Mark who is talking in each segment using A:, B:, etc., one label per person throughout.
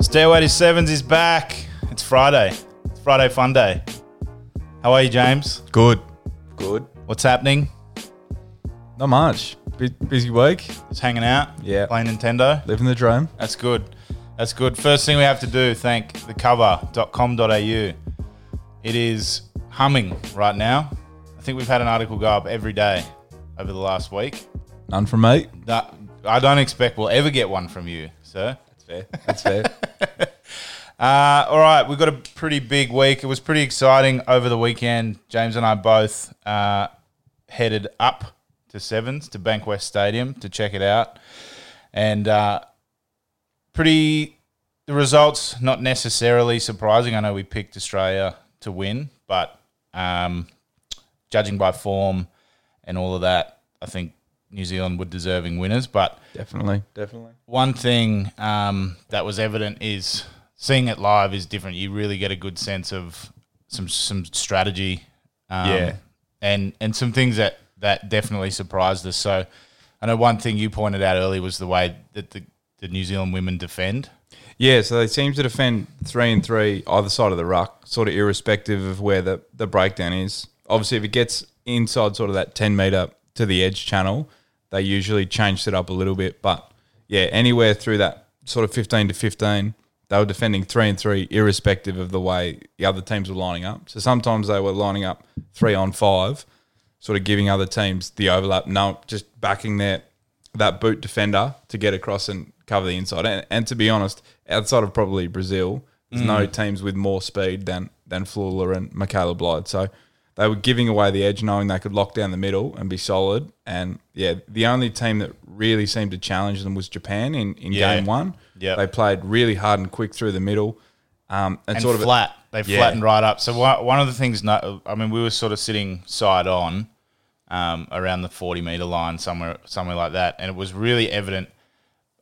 A: Stairway to Sevens is back. It's Friday. It's Friday Fun Day. How are you, James?
B: Good.
C: Good.
A: What's happening?
B: Not much. Bu- busy week.
A: Just hanging out.
B: Yeah.
A: Playing Nintendo.
B: Living the dream.
A: That's good. That's good. First thing we have to do, thank thecover.com.au. It is humming right now. I think we've had an article go up every day over the last week.
B: None from me.
A: That I don't expect we'll ever get one from you, sir.
B: That's fair. That's fair.
A: Uh, all right, we've got a pretty big week. It was pretty exciting over the weekend. James and I both uh, headed up to Sevens to Bankwest Stadium to check it out, and uh, pretty the results not necessarily surprising. I know we picked Australia to win, but um, judging by form and all of that, I think New Zealand were deserving winners. But
B: Definitely. Definitely.
A: one thing um, that was evident is seeing it live is different. You really get a good sense of some some strategy, um,
B: Yeah.
A: and and some things that that definitely surprised us. So, I know one thing you pointed out early was the way that the, the New Zealand women defend.
B: Yeah, so they seem to defend three and three either side of the ruck, sort of irrespective of where the, the breakdown is. Obviously, if it gets inside sort of that 10 metre to the edge channel, they usually changed it up a little bit. But yeah, anywhere through that sort of 15 to 15, they were defending three and three, irrespective of the way the other teams were lining up. So sometimes they were lining up three on five, sort of giving other teams the overlap. No, just backing their that boot defender to get across and cover the inside. And, and to be honest, outside of probably Brazil, there's no
A: Mm.
B: teams with more speed than than Flula and Michaela Blyde. So they were giving away the edge, knowing they could lock down the middle and be solid. And yeah, the only team that really seemed to challenge them was Japan in, in
A: Yeah.
B: game one.
A: Yeah.
B: they played really hard and quick through the middle. Um, and,
A: and
B: sort of
A: flat. They
B: Yeah.
A: flattened right up. So one, one of the things, no, I mean, we were sort of sitting side on um, around the forty meter line somewhere, somewhere like that, and it was really evident,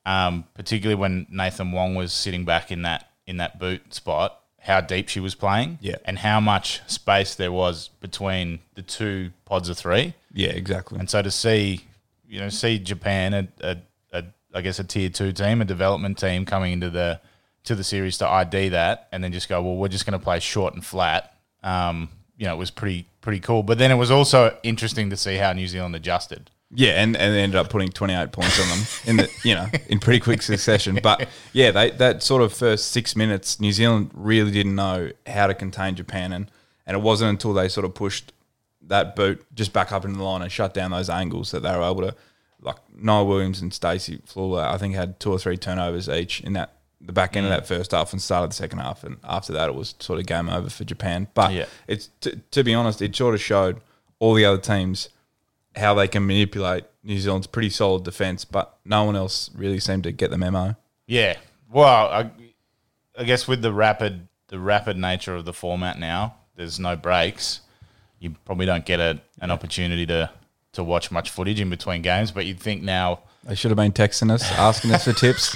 A: um, particularly when Nathan Wong was sitting back in that in that boot spot, how deep she was playing,
B: Yeah.
A: and how much space there was between the two pods of three.
B: yeah, exactly.
A: And so to see, you know, see Japan, a, a, a I guess a tier two team, a development team coming into the to the series to ID that, and then just go, well, we're just going to play short and flat. Um, you know, it was pretty pretty cool. But then it was also interesting to see how New Zealand adjusted.
B: Yeah, and, and they ended up putting 28 points on them in the you know in pretty quick succession. But yeah, they that sort of first six minutes, New Zealand really didn't know how to contain Japan, and and it wasn't until they sort of pushed that boot just back up into the line and shut down those angles that they were able to like Niall Williams and Stacey Flawler, I think had two or three turnovers each in that the back end of that first half and start of the second half, and after that it was sort of game over for Japan. But
A: Yeah.
B: it's to, to be honest, it sort of showed all the other teams how they can manipulate New Zealand's pretty solid defence, but no one else really seemed to get the memo.
A: Yeah. Well, I, I guess with the rapid the rapid nature of the format now, there's no breaks. You probably don't get a, an opportunity to to watch much footage in between games, but you'd think now
B: They should have been texting us, asking us for tips.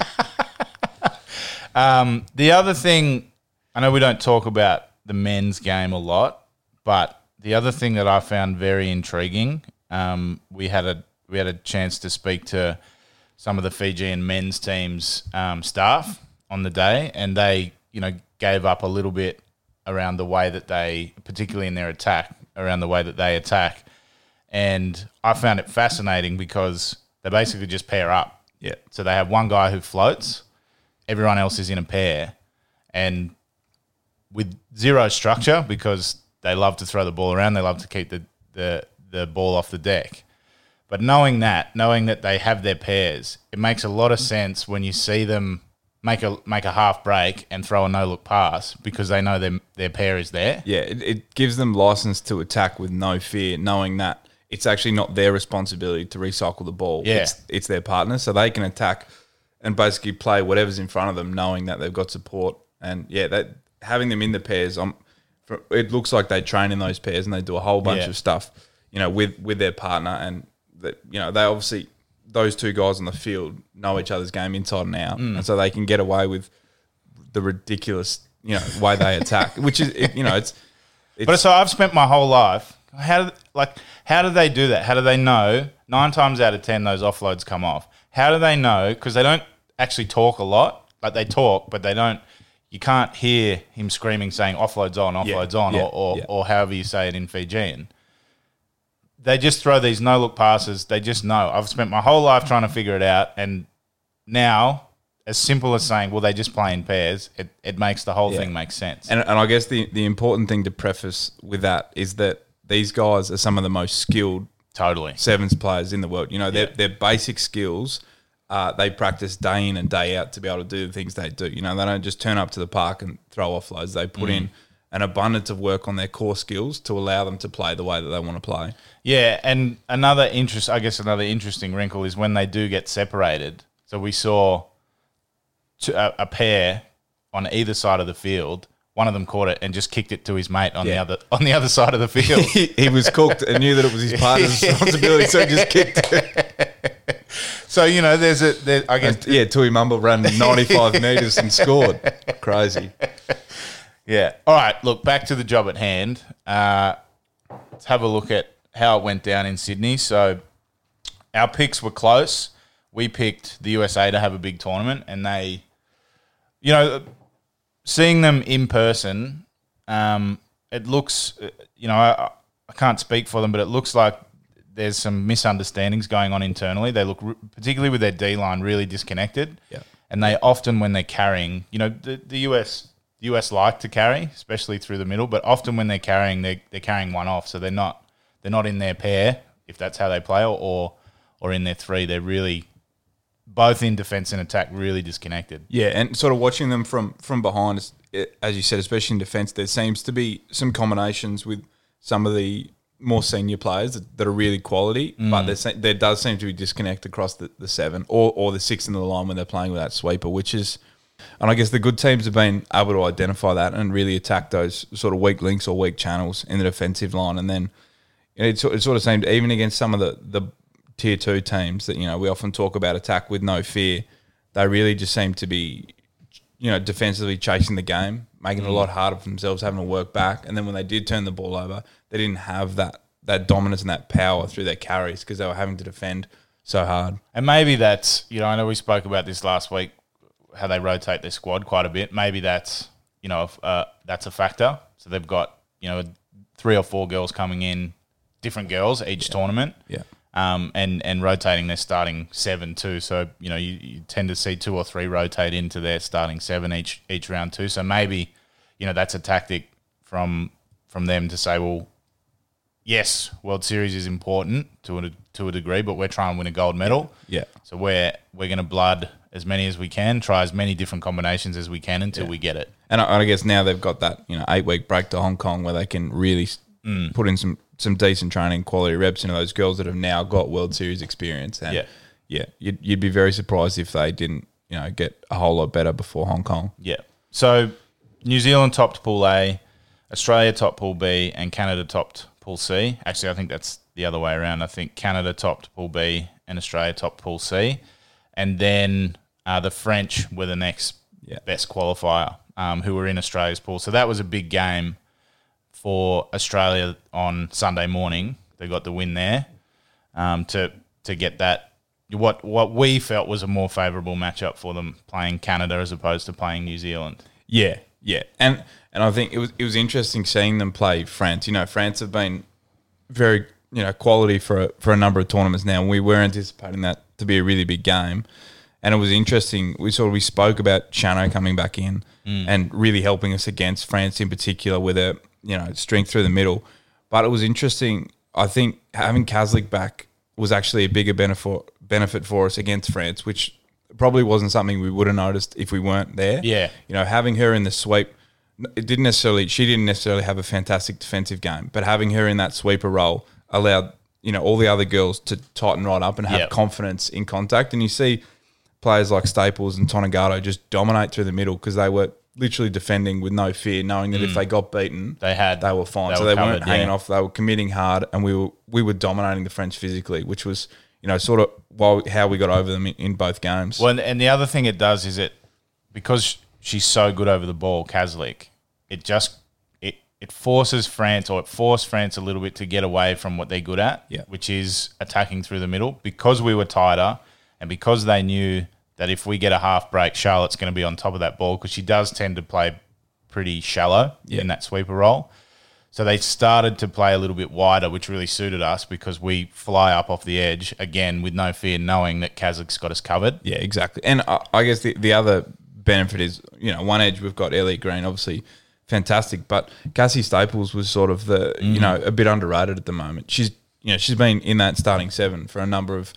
A: The other thing, I know we don't talk about the men's game a lot, but the other thing that I found very intriguing, um, we had a we had a chance to speak to some of the Fijian men's teams um, staff on the day, and they you know gave up a little bit around the way that they, particularly in their attack, around the way that they attack, and I found it fascinating because they basically just pair up.
B: Yeah.
A: So they have one guy who floats, everyone else is in a pair, and with zero structure because they love to throw the ball around, they love to keep the, the, the ball off the deck. But knowing that, knowing that they have their pairs, it makes a lot of sense when you see them make a make a half break and throw a no look pass because they know their their pair is there.
B: Yeah, it, it gives them license to attack with no fear, knowing that it's actually not their responsibility to recycle the ball.
A: Yeah.
B: It's, it's their partner, so they can attack and basically play whatever's in front of them, knowing that they've got support. And yeah, that having them in the pairs, i it looks like they train in those pairs and they do a whole bunch
A: Yeah.
B: of stuff, you know, with with their partner. And that you know, they obviously those two guys on the field know each other's game inside and out, and so they can get away with the ridiculous, you know, way they attack, which is it, you know, it's
A: But so I've spent my whole life. How do like how do they do that? How do they know? Nine times out of ten, those offloads come off. How do they know? Because they don't actually talk a lot. like they talk, but they don't. You can't hear him screaming, saying "offloads on, offloads on,"
B: yeah,
A: or or,
B: yeah.
A: or however you say it in Fijian. They just throw these no look passes. They just know. I've spent my whole life trying to figure it out, and now, as simple as saying, "Well, they just play in pairs," it, it makes the whole thing make sense.
B: And, and I guess the, the important thing to preface with that is that these guys are some of the most skilled
A: totally.
B: sevens players in the world. You know, their, their basic skills, uh, they practice day in and day out to be able to do the things they do. You know, they don't just turn up to the park and throw offloads. They put in an abundance of work on their core skills to allow them to play the way that they want to play.
A: Yeah, and another interest, I guess, another interesting wrinkle is when they do get separated. So we saw two, a, a pair on either side of the field. One of them caught it and just kicked it to his mate on the
B: Yeah.
A: other on the other side of the field.
B: He, he was cooked and knew that it was his partner's responsibility, so he just kicked it.
A: so you know, there's a there, I guess
B: And, yeah, Tui Mumble ran 95 metres and scored. Crazy.
A: yeah. All right, look back to the job at hand. Uh, let's have a look at how it went down in Sydney. So our picks were close. We picked the USA to have a big tournament, and they, you know, seeing them in person, um, it looks, uh, you know, I, I can't speak for them, but it looks like there's some misunderstandings going on internally. They look, r- particularly with their D line, really disconnected.
B: Yeah.
A: And they often, when they're carrying, you know, the, the US. the US like to carry, especially through the middle, but often when they're carrying, they're, they're carrying one off, so they're not they're not in their pair if that's how they play, or or, or in their three. They're really both in defense and attack, really disconnected.
B: Yeah, and sort of watching them from from behind, it's- it- as you said, especially in defence, there seems to be some combinations with some of the more senior players that, that are really quality, but there, se- there does seem to be disconnect across the, the seven or, or the six in the line when they're playing with that sweeper, which is, and I guess the good teams have been able to identify that and really attack those sort of weak links or weak channels in the defensive line, and then you know, it, sort- it sort of seemed even against some of the, the tier two teams that you know we often talk about attack with no fear, they really just seem to be you know defensively chasing the game, making it a lot harder for themselves, having to work back. And then when they did turn the ball over, they didn't have that that dominance and that power through their carries because they were having to defend so hard.
A: And maybe that's you know I know we spoke about this last week how they rotate their squad quite a bit. Maybe that's you know if, uh, that's a factor. So they've got you know three or four girls coming in, different girls each tournament.
B: Yeah.
A: um, and and rotating their starting seven too. So you know you, you tend to see two or three rotate into their starting seven each each round too. So maybe you know that's a tactic from from them to say, well, yes, World Series is important to a to a degree, but we're trying to win a gold medal.
B: Yeah.
A: So we're we're going to blood as many as we can, try as many different combinations as we can until we get it.
B: And I, I guess now they've got that you know eight week break to Hong Kong where they can really s put in some some decent training, quality reps into those girls that have now got World Series experience. And
A: Yeah.
B: yeah, you'd, you'd be very surprised if they didn't you know get a whole lot better before Hong Kong.
A: Yeah. So New Zealand topped Pool A, Australia topped Pool B, and Canada topped Pool C. Actually, I think that's the other way around. I think Canada topped Pool B and Australia topped Pool C. And then uh, the French were the next
B: Yeah.
A: best qualifier um, who were in Australia's pool. So that was a big game for Australia on Sunday morning. They got the win there um, to to get that what what we felt was a more favourable matchup for them playing Canada as opposed to playing New Zealand.
B: Yeah, yeah, and and I think it was it was interesting seeing them play France. You know, France have been very you know quality for a, for a number of tournaments now. and We were anticipating that to be a really big game, and it was interesting. We sort of we spoke about Chano coming back in and really helping us against France in particular with a you know strength through the middle. But it was interesting. I think having Kazlik back was actually a bigger benefit benefit for us against France, which probably wasn't something we would have noticed if we weren't there.
A: Yeah.
B: You know, having her in the sweep, it didn't necessarily, she didn't necessarily have a fantastic defensive game, but having her in that sweeper role allowed, you know, all the other girls to tighten right up and have
A: Yeah.
B: confidence in contact. And you see players like Staples and Tonegado just dominate through the middle because they were literally defending with no fear, knowing that if they got beaten,
A: Mm. They had
B: they were fine.
A: they
B: so
A: were
B: they
A: covered,
B: weren't hanging
A: yeah.
B: off. They were committing hard, and we were we were dominating the French physically, which was you know sort of while how we got over them in, in both games.
A: Well, and, and the other thing it does is it because she's so good over the ball, Kazlik, it just it it forces France or it forced France a little bit to get away from what they're good at,
B: Yeah.
A: which is attacking through the middle. Because we were tighter, and because they knew that if we get a half break, Charlotte's going to be on top of that ball because she does tend to play pretty shallow in that sweeper role. So they started to play a little bit wider, which really suited us because we fly up off the edge again with no fear, knowing that Kazakh's got us covered.
B: Yeah, exactly. And I, I guess the, the other benefit is, you know, one edge we've got Elliot Green, obviously fantastic, but Cassie Staples was sort of the, you
A: Mm-hmm.
B: know, a bit underrated at the moment. She's, you know, she's been in that starting seven for a number of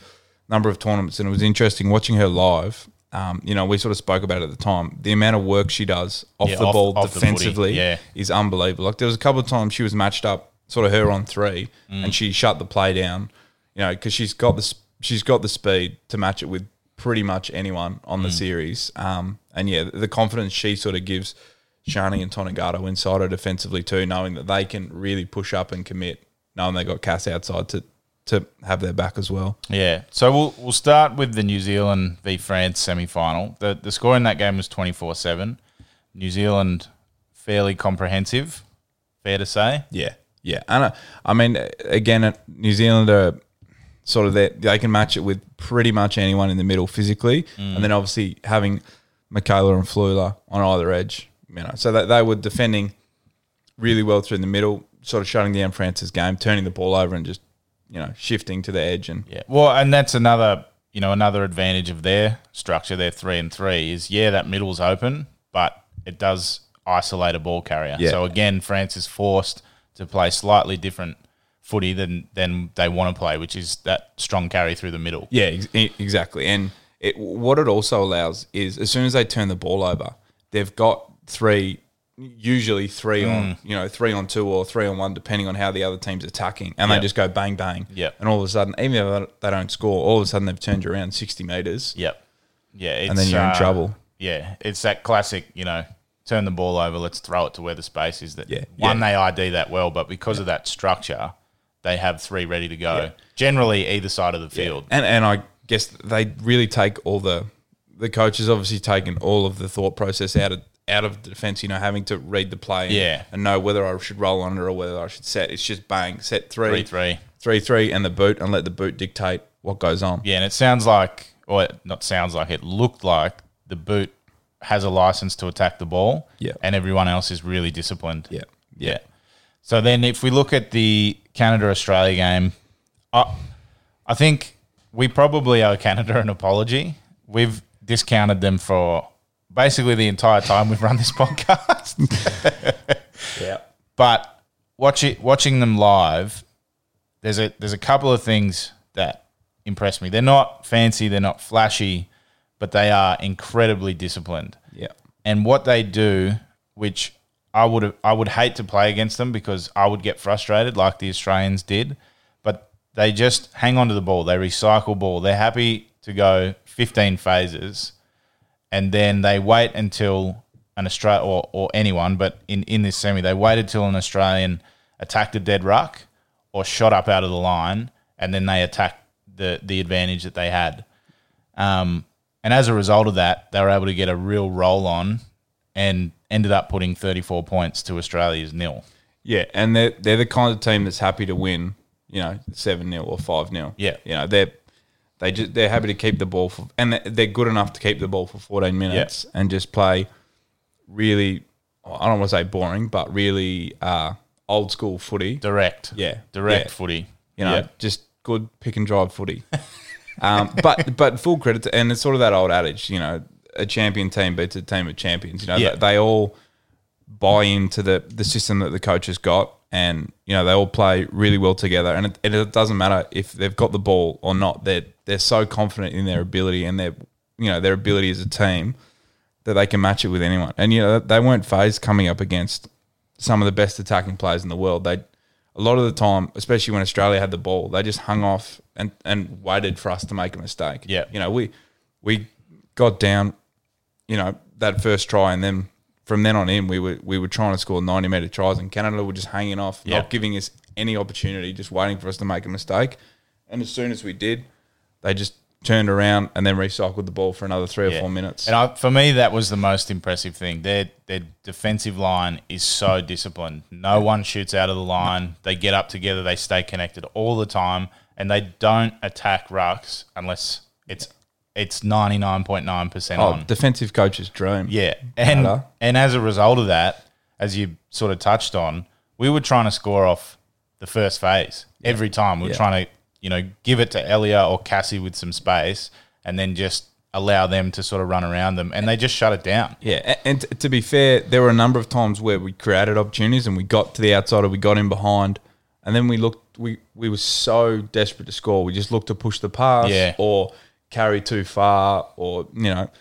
B: number of tournaments, and it was interesting watching her live. Um, you know, we sort of spoke about it at the time. The amount of work she does off
A: Yeah,
B: the
A: off-
B: ball
A: off the footy,
B: defensively
A: yeah.
B: is unbelievable. Like there was a couple of times she was matched up, sort of her on three, and she shut the play down. You know, because she's got the s- she's got the speed to match it with pretty much anyone on the series. Um, and yeah, the confidence she sort of gives Shani and Tonegado inside her defensively too, knowing that they can really push up and commit, knowing they got Cass outside to to have their back as well.
A: Yeah. So we'll we'll start with the New Zealand v France semi final. The the score in that game was twenty four seven. New Zealand fairly comprehensive, fair to say.
B: Yeah, yeah, and I, I mean, again, uh, New Zealand are sort of they they can match it with pretty much anyone in the middle physically, and then obviously having Michaela and Flula on either edge, you know, so that they were defending really well through the middle, sort of shutting down France's game, turning the ball over, and just you know shifting to the edge and
A: Yeah. Well, and that's another you know another advantage of their structure. Their three and three is yeah that middle's open, but it does isolate a ball carrier.
B: Yeah.
A: So again, France is forced to play slightly different footy than than they want to play, which is that strong carry through the middle.
B: Yeah, ex- e- exactly. And it, what it also allows is as soon as they turn the ball over, they've got three, usually three
A: Mm.
B: on, you know, three on two or three on one, depending on how the other team's attacking. And
A: Yeah.
B: they just go bang, bang.
A: Yeah.
B: And all of a sudden, even if they don't score, all of a sudden they've turned you around 60 metres
A: Yep. Yeah. It's,
B: and then you're in
A: uh,
B: trouble.
A: Yeah, it's that classic, you know, turn the ball over, let's throw it to where the space is. That
B: Yeah,
A: one they ID that well, but because of that structure, they have three ready to go. Generally, either side of the field.
B: And and I guess they really take all the the coaches obviously taken all of the thought process out of out of defense. You know, having to read the play, and,
A: Yeah.
B: and know whether I should roll under or whether I should set. It's just bang, set three,
A: Three, three.
B: three, three, and the boot, and let the boot dictate what goes on.
A: Yeah, and it sounds like, or it not sounds like, it looked like the boot has a license to attack the ball,
B: Yeah.
A: and everyone else is really disciplined.
B: yeah,
A: Yeah. So then, if we look at the Canada Australia game, I, I think we probably owe Canada an apology. We've discounted them for basically the entire time we've run this podcast.
B: yeah.
A: But watch it, watching them live, there's a there's a couple of things that impress me. They're not fancy, they're not flashy, but they are incredibly disciplined
B: yeah.
A: and what they do, which I would I would hate to play against them because I would get frustrated like the Australians did, but they just hang on to the ball. They recycle ball. They're happy to go 15 phases, and then they wait until an Australia or, or anyone, but in, in this semi, they waited till an Australian attacked a dead ruck or shot up out of the line, and then they attacked the the advantage that they had. Um, and as a result of that, they were able to get a real roll on and ended up putting 34 points to Australia's nil.
B: Yeah, and they're they're the kind of team that's happy to win, you know, seven 0 or five 0
A: Yeah.
B: you know they're they just they're happy to keep the ball for, and they- they're good enough to keep the ball for fourteen minutes and just play really. I don't want to say boring, but really uh, old school footy.
A: Direct.
B: Yeah.
A: Direct
B: Yeah.
A: footy.
B: You know,
A: Yeah.
B: just good pick and drive footy. um, but but full credit to, and it's sort of that old adage, you know, a champion team beats a team of champions. You know,
A: Yeah.
B: they, they all buy into the the system that the coach has got, and you know they all play really well together. And it, and it doesn't matter if they've got the ball or not; they're they're so confident in their ability and their you know their ability as a team that they can match it with anyone. And you know they weren't phased coming up against some of the best attacking players in the world. They a lot of the time, especially when Australia had the ball, they just hung off and, and waited for us to make a mistake.
A: Yeah.
B: You know, we we got down, you know, that first try and then from then on in we were we were trying to score ninety meter tries and Canada were just hanging off,
A: Yeah.
B: not giving us any opportunity, just waiting for us to make a mistake. And as soon as we did, they just turned around and then recycled the ball for another three or
A: Yeah.
B: four minutes.
A: And I, for me, that was the most impressive thing. Their their defensive line is so disciplined. No one shoots out of the line. They get up together. They stay connected all the time, and they don't attack rucks unless it's it's ninety nine point nine percent
B: Oh,
A: on.
B: defensive coach's dream.
A: Um, Yeah, and
B: Matter.
A: and as a result of that, as you sort of touched on, we were trying to score off the first phase every time. We were
B: Yeah.
A: trying to you know give it to Elia or Cassie with some space, and then just allow them to sort of run around them, and they just shut it down.
B: Yeah, a- and t- to be fair, there were a number of times where we created opportunities and we got to the outsider, we got in behind, and then we looked. We we were so desperate to score, we just looked to push the pass
A: Yeah.
B: or carry too far, or you know,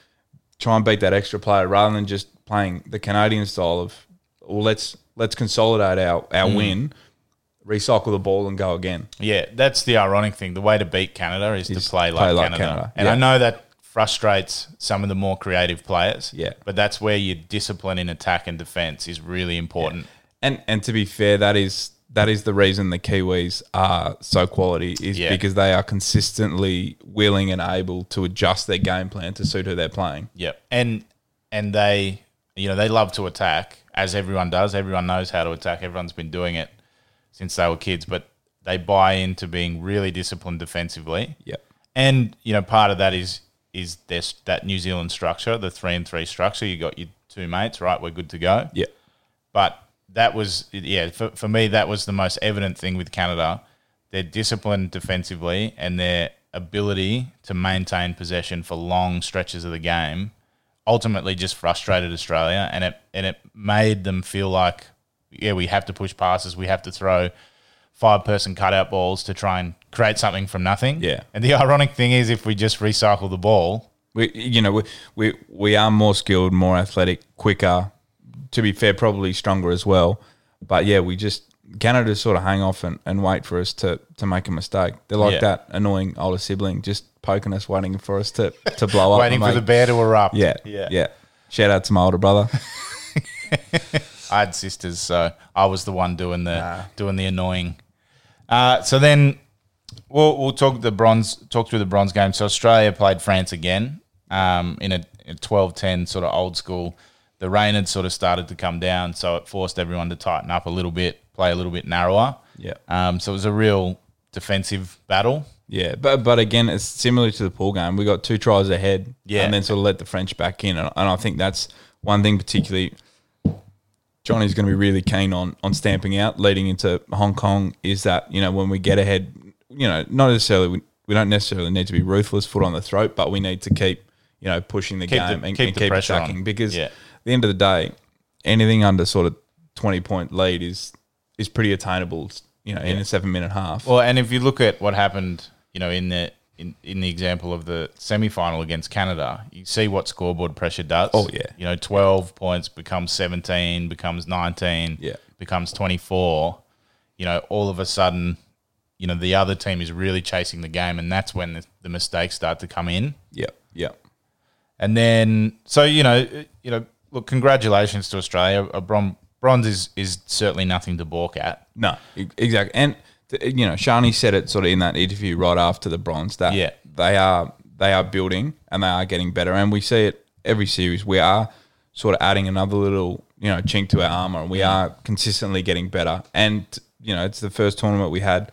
B: try and beat that extra player rather than just playing the Canadian style of well, let's let's consolidate our our
A: Mm.
B: win, recycle the ball and go again.
A: Yeah, that's the ironic thing. The way to beat Canada is, to play like,
B: play like
A: Canada.
B: Canada,
A: and
B: yeah.
A: I know that frustrates some of the more creative players.
B: Yeah.
A: but that's where your discipline in attack and defense is really important.
B: And and to be fair, that is that is the reason the Kiwis are so quality is
A: Yeah.
B: because they are consistently willing and able to adjust their game plan to suit who they're playing.
A: Yep. And and they you know, they love to attack, as everyone does. Everyone knows how to attack. Everyone's been doing it since they were kids, but they buy into being really disciplined defensively.
B: Yep.
A: And, you know, part of that is is this that New Zealand structure, the three and three structure. You got your two mates, right, we're good to go.
B: Yeah.
A: But that was yeah, for, for me that was the most evident thing with Canada. Their discipline defensively and their ability to maintain possession for long stretches of the game ultimately just frustrated Australia and it and it made them feel like yeah, we have to push passes, we have to throw five person cutout balls to try and create something from nothing.
B: Yeah.
A: And the ironic thing is if we just recycle the ball,
B: We you know, we we, we are more skilled, more athletic, quicker, to be fair, probably stronger as well. But yeah, we just Canada sort of hang off and, and wait for us to, to make a mistake. They're like
A: Yeah.
B: that annoying older sibling just poking us, waiting for us to, to blow up.
A: waiting
B: and
A: for the
B: make-
A: bear to erupt.
B: Yeah.
A: Yeah.
B: Yeah. Yeah. Shout out to my older brother.
A: I had sisters, so I was the one doing the doing the annoying. Uh, so then we'll we'll talk the bronze talk through the bronze game. So Australia played France again um, in a, a 12-10 sort of old school. The rain had sort of started to come down, so it forced everyone to tighten up a little bit, play a little bit narrower.
B: Yeah.
A: Um, so it was a real defensive battle.
B: Yeah, but but again, it's similar to the pool game. We got two tries ahead,
A: Yeah.
B: and then sort of let the French back in, and, and I think that's one thing particularly. Johnny's going to be really keen on on stamping out leading into Hong Kong. Is that you know when we get ahead, you know, not necessarily we, we don't necessarily need to be ruthless, foot on the throat, but we need to keep you know pushing the
A: Keep the-
B: game and
A: keep
B: and
A: the
B: keep
A: pressure on.
B: attacking because
A: Yeah.
B: at the end of the day, anything under sort of twenty point lead is is pretty attainable. You know, in a seven minute half.
A: Well, and if you look at what happened, you know, in the in, in the example of the semi final against Canada, you see what scoreboard pressure does.
B: Oh, yeah.
A: You know, twelve points becomes seventeen, becomes nineteen,
B: Yeah.
A: becomes twenty four. You know, all of a sudden, you know, the other team is really chasing the game and that's when the, the mistakes start to come in.
B: yeah, yeah.
A: And then, so you know, you know, look, congratulations to Australia. A bron- bronze is is certainly nothing to balk at.
B: No, e- exactly. And th- you know, Shani said it sort of in that interview right after the bronze that
A: Yeah.
B: they are they are building and they are getting better, and we see it every series. We are sort of adding another little you know chink to our armor, and we are consistently getting better. And you know, it's the first tournament we had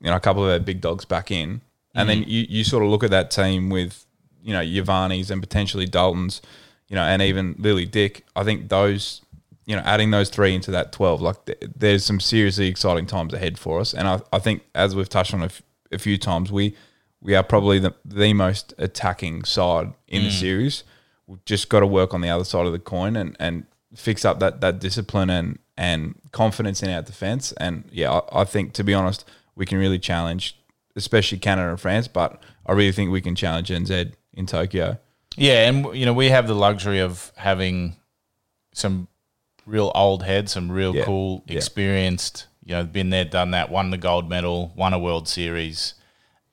B: you know a couple of our big dogs back in, and then you you sort of look at that team with you know Yovanni's and potentially Dalton's, you know, and even Lily Dick. I think those you know adding those three into that twelve, like th- there's some seriously exciting times ahead for us. And I, I think as we've touched on a, f- a few times, we we are probably the the most attacking side in the series. We've just got to work on the other side of the coin and and fix up that that discipline and and confidence in our defense. And yeah, I, I think to be honest, we can really challenge, especially Canada and France. But I really think we can challenge NZ in Tokyo.
A: Yeah, and you know we have the luxury of having some real old heads, some real
B: Yeah,
A: cool,
B: yeah.
A: experienced. You know, been there, done that, won the gold medal, won a World Series,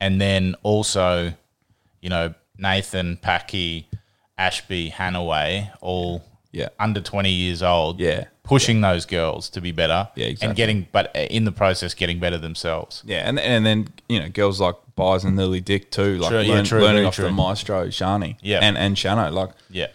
A: and then also, you know, Nathan Packy, Ashby, Hanaway, all
B: Yeah.
A: under twenty years old,
B: Yeah.
A: pushing those girls to be better,
B: Yeah,
A: and
B: exactly.
A: getting, but uh, in the process, getting better themselves.
B: Yeah, and and then you know girls like Byers and Lily Dick too, like
A: True, yeah,
B: learn-
A: true,
B: learning
A: very
B: off
A: true.
B: the maestro Shani,
A: Yeah.
B: and and Shano, like
A: Yeah,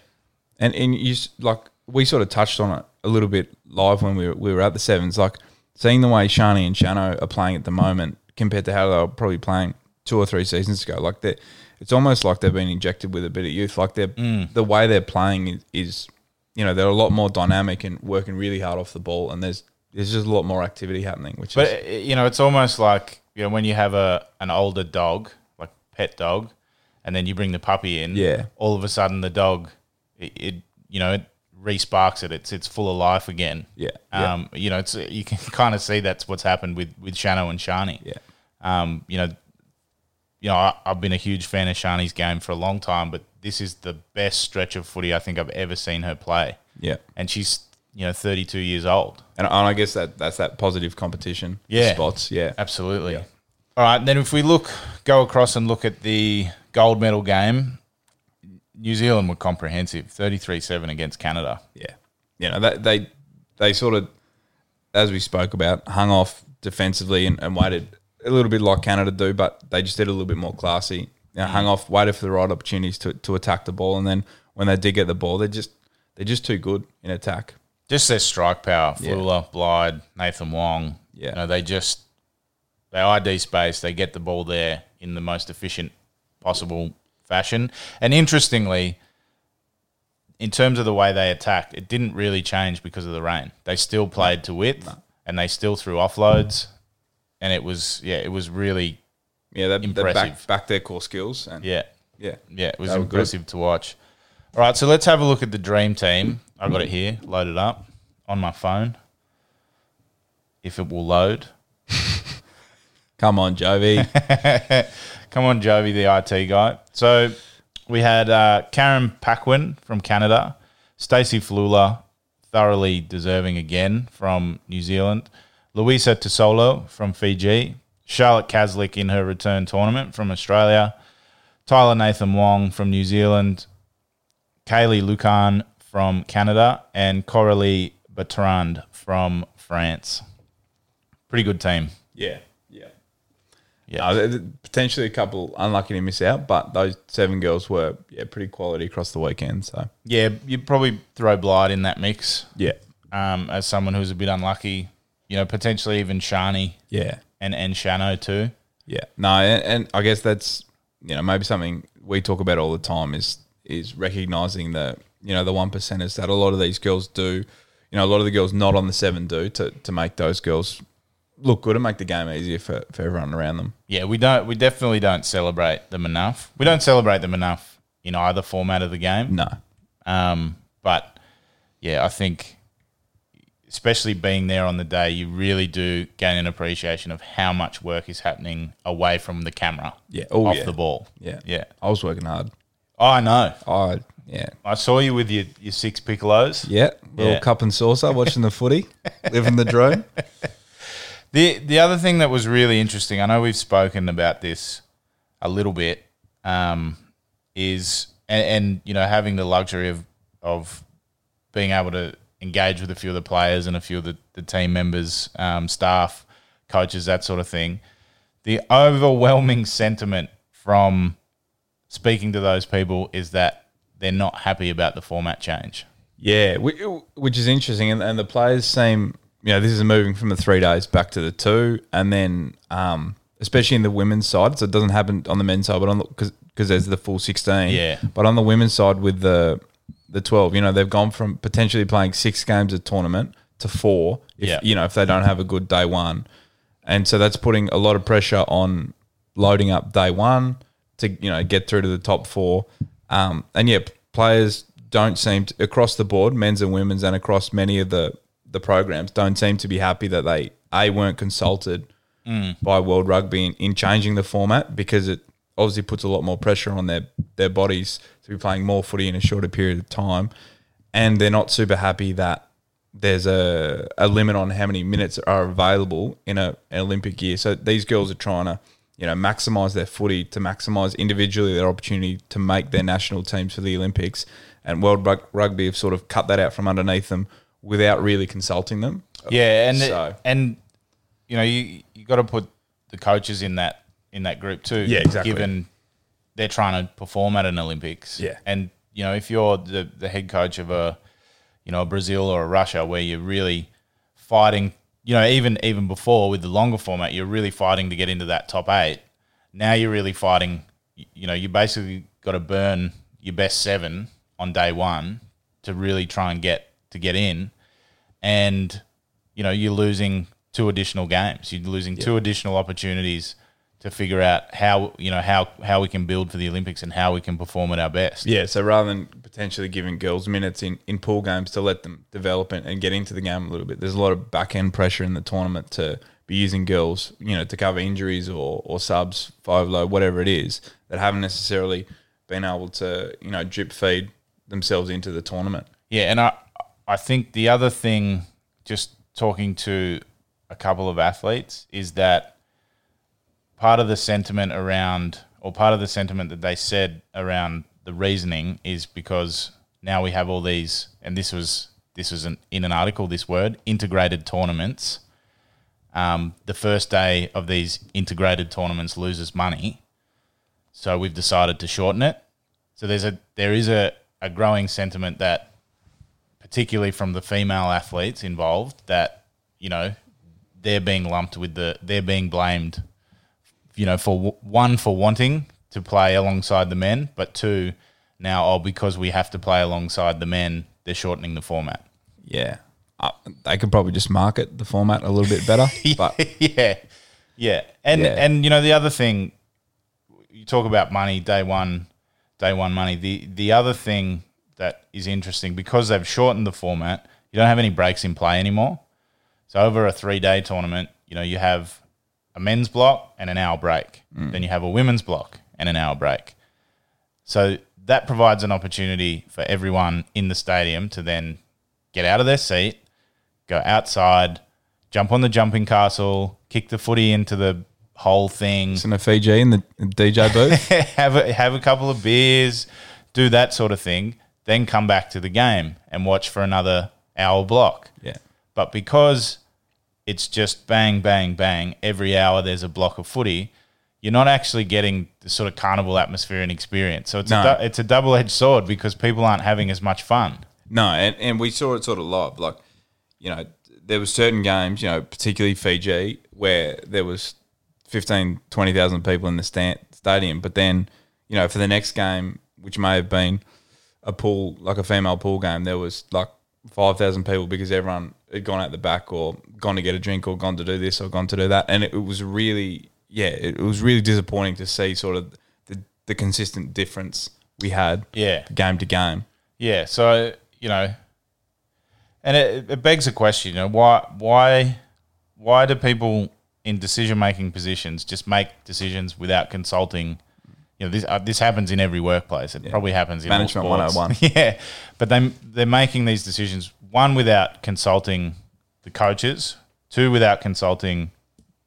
B: and and you s- like we sort of touched on it a little bit live when we were, we were at the sevens, like seeing the way Shani and Shano are playing at the moment compared to how they were probably playing two or three seasons ago, like that it's almost like they've been injected with a bit of youth. Like they're
A: Mm.
B: the way they're playing is, is, you know, they're a lot more dynamic and working really hard off the ball, and there's there's just a lot more activity happening, which
A: But
B: is
A: uh, you know, it's almost like you know when you have a an older dog, like pet dog, and then you bring the puppy in.
B: Yeah.
A: All of a sudden, the dog, it, it you know, it resparks it. It's it's full of life again.
B: Yeah, yeah.
A: Um. You know, it's you can kind of see that's what's happened with with Shano and Shani.
B: yeah,
A: Um. You know. You know, I, I've been a huge fan of Shani's game for a long time, but this is the best stretch of footy I think I've ever seen her play.
B: yeah.
A: And she's, you know, 32 years old.
B: And, and I guess that that's that positive competition.
A: Yeah.
B: spots. Yeah,
A: Absolutely. All right. Then if we look, go across and look at the gold medal game, New Zealand were comprehensive, 33-7 against Canada.
B: yeah. You know, that, they they sort of, as we spoke about, hung off defensively and, and waited a little bit like Canada do, but they just did a little bit more classy. You know, hung off, waited for the right opportunities to, to attack the ball, and then when they did get the ball, they're just they're just too good in attack.
A: Just their strike power,
B: Yeah.
A: Flula, Blyde, Nathan Wong.
B: Yeah.
A: You know, they just they ID space, they get the ball there in the most efficient possible fashion. And interestingly, in terms of the way they attacked, it didn't really change because of the rain. They still played to width and they still threw offloads. And it was yeah, it was really
B: Yeah, they, they
A: Impressive.
B: back back their core skills and
A: Yeah,
B: yeah,
A: yeah, it was
B: They were good.
A: impressive to watch. All right, so let's have a look at the dream team. I got it here, loaded up on my phone. If it will load,
B: Come on, Jovi.
A: come on, Jovi, the IT guy. So we had uh, Karen Paquin from Canada, Stacey Flula, thoroughly deserving again from New Zealand, Luisa Tosolo from Fiji, Charlotte Kazlik in her return tournament from Australia, Tyler Nathan Wong from New Zealand, Kaylee Lucan from Canada, and Coralie Bertrand from France. Pretty good team.
B: yeah, yeah,
A: Yeah.
B: No, th- th- potentially a couple unlucky to miss out, but those seven girls were yeah pretty quality across the weekend. So
A: Yeah, you'd probably throw Blight in that mix
B: yeah,
A: um, as someone who's a bit unlucky. You know, potentially even Shani
B: yeah.
A: and and Shano too.
B: Yeah. No, and, and I guess that's you know maybe something we talk about all the time is is recognizing the you know the one percenters that a lot of these girls do. You know, a lot of the girls not on the seven do to to make those girls look good and make the game easier for, for everyone around them.
A: Yeah, we don't. We definitely don't celebrate them enough. We don't celebrate them enough in either format of the game.
B: No.
A: Um, but yeah, I think especially being there on the day, you really do gain an appreciation of how much work is happening away from the camera.
B: Yeah. Oh,
A: off
B: yeah.
A: the ball.
B: Yeah.
A: yeah.
B: I was working hard.
A: I know.
B: I yeah.
A: I saw you with your, your six piccolos.
B: Yeah. Little
A: Yeah.
B: cup and saucer watching the footy, living the dream.
A: The the other thing that was really interesting, I know we've spoken about this a little bit, um, is and, and you know having the luxury of of being able to engage with a few of the players and a few of the, the team members, um, staff, coaches, that sort of thing. The overwhelming sentiment from speaking to those people is that they're not happy about the format change.
B: Yeah, which, which is interesting, and, and the players seem you know this is moving from the three days back to the two, and then um, especially in the women's side, so it doesn't happen on the men's side, but on because because there's the full sixteen.
A: Yeah.
B: but on the women's side with the the twelve, you know they've gone from potentially playing six games a tournament to four. If,
A: Yeah.
B: you know if they don't have a good day one, and so that's putting a lot of pressure on loading up day one to you know get through to the top four. Um, and yeah, players don't seem to, across the board, men's and women's, and across many of the the programs, don't seem to be happy that they a weren't consulted by World Rugby in, in changing the format because it obviously puts a lot more pressure on their their bodies to be playing more footy in a shorter period of time, and they're not super happy that there's a, a limit on how many minutes are available in a, an Olympic year. So these girls are trying to, you know, maximize their footy to maximize individually their opportunity to make their national teams for the Olympics. And World Rug- Rugby have sort of cut that out from underneath them without really consulting them.
A: Yeah, and
B: Uh, So-
A: and you know you you got to put the coaches in that in that group too.
B: Yeah, exactly.
A: Given they're trying to perform at an Olympics.
B: Yeah.
A: and you know if you're the the head coach of a you know a Brazil or a Russia where you're really fighting, you know even even before with the longer format, you're really fighting to get into that top eight. Now you're really fighting y- you know, you basically got to burn your best seven on day one to really try and get to get in, and you know you're losing two additional games. You're losing two additional opportunities to figure out how you know how how we can build for the Olympics and how we can perform at our best.
B: Yeah, so rather than potentially giving girls minutes in, in pool games to let them develop and, and get into the game a little bit, there's a lot of back end pressure in the tournament to be using girls, you know, to cover injuries or, or subs, five low, whatever it is, that haven't necessarily been able to, you know, drip feed themselves into the tournament.
A: Yeah, and I I think the other thing, just talking to a couple of athletes, is that part of the sentiment around, or part of the sentiment that they said around the reasoning is because now we have all these, and this was this was an, in an article, this word integrated tournaments. Um, the first day of these integrated tournaments loses money, so we've decided to shorten it. So there's a there is a, a growing sentiment that particularly from the female athletes involved, that you know they're being lumped with the they're being blamed, you know, for w- one for wanting to play alongside the men, but two now oh because we have to play alongside the men, they're shortening the format.
B: Yeah. Uh, they could probably just market the format a little bit better. but
A: yeah, yeah, and
B: Yeah.
A: and you know the other thing, you talk about money day one, day one money. The the other thing that is interesting because they've shortened the format, you don't have any breaks in play anymore. So over a three day tournament, you know you have a men's block and an hour break, then you have a women's block and an hour break. So that provides an opportunity for everyone in the stadium to then get out of their seat, go outside, jump on the jumping castle, kick the footy into the whole thing,
B: it's in a Fiji in the DJ booth.
A: have a, have a couple of beers, do that sort of thing, then come back to the game and watch for another hour block.
B: yeah.
A: But because it's just bang, bang, bang, every hour there's a block of footy, you're not actually getting the sort of carnival atmosphere and experience. So it's,
B: No.
A: a, du- it's a double edged sword because people aren't having as much fun.
B: No, and, and we saw it sort of live. Like, you know, there were certain games, you know, particularly Fiji, where there was 15, 20,000 people in the stand, stadium. But then, you know, for the next game, which may have been a pool, like a female pool game, there was like 5,000 people because everyone had gone out the back or gone to get a drink or gone to do this or gone to do that. And it, it was really, yeah, it, it was really disappointing to see sort of the, the consistent difference we had
A: Yeah.
B: game to game.
A: Yeah, so you know, and it, it begs a question: you know, why, why, why do people in decision-making positions just make decisions without consulting? You know, this uh, this happens in every workplace. It probably happens in all
B: Management
A: sports.
B: 101.
A: yeah, but they they're making these decisions one without consulting the coaches, two without consulting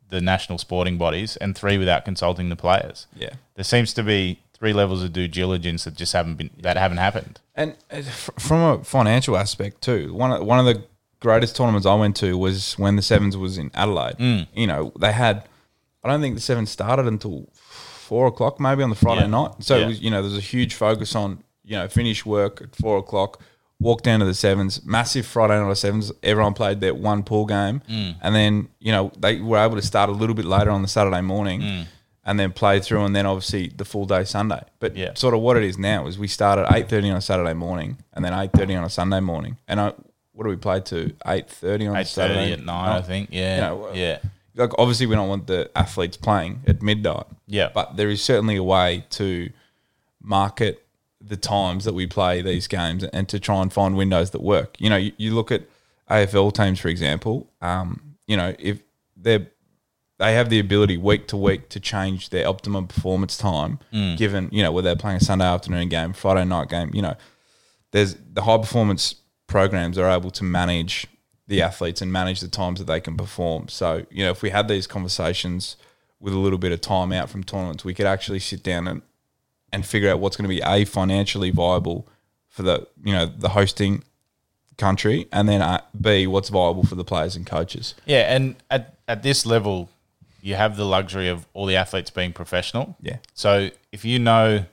A: the national sporting bodies, and three without consulting the players.
B: Yeah.
A: There seems to be three levels of due diligence that just haven't been that haven't happened.
B: And uh, fr- from a financial aspect too, one of, one of the greatest tournaments I went to was when the sevens was in Adelaide.
A: Mm.
B: You know, they had. I don't think the sevens started until four o'clock, maybe on the Friday
A: Yeah.
B: night. So
A: Yeah.
B: it was, you know, there's a huge focus on you know finish work at four o'clock, walk down to the sevens, massive Friday night sevens. Everyone played that one pool game,
A: Mm.
B: and then you know they were able to start a little bit later on the Saturday morning.
A: Mm.
B: And then play through, and then obviously the full day Sunday. But
A: Yeah.
B: sort of what it is now is we start at eight thirty on a Saturday morning, and then eight thirty on a Sunday morning. And I, what do we play to eight thirty on a
A: eight thirty
B: Saturday
A: at night, I think. Yeah,
B: you know, uh,
A: yeah,
B: Like obviously, we don't want the athletes playing at midnight.
A: Yeah.
B: but there is certainly a way to market the times that we play these games and to try and find windows that work. You know, you, you look at AFL teams, for example. Um, you know, if they're they have the ability week to week to change their optimum performance time, given you know whether they're playing a Sunday afternoon game, Friday night game. You know, there's the high performance programs are able to manage the athletes and manage the times that they can perform. So, you know, if we had these conversations with a little bit of time out from tournaments, we could actually sit down and, and figure out what's going to be a financially viable for the, you know, the hosting country and then uh, B what's viable for the players and coaches.
A: yeah. And at at this level, you have the luxury of all the athletes being professional.
B: Yeah.
A: So if you know,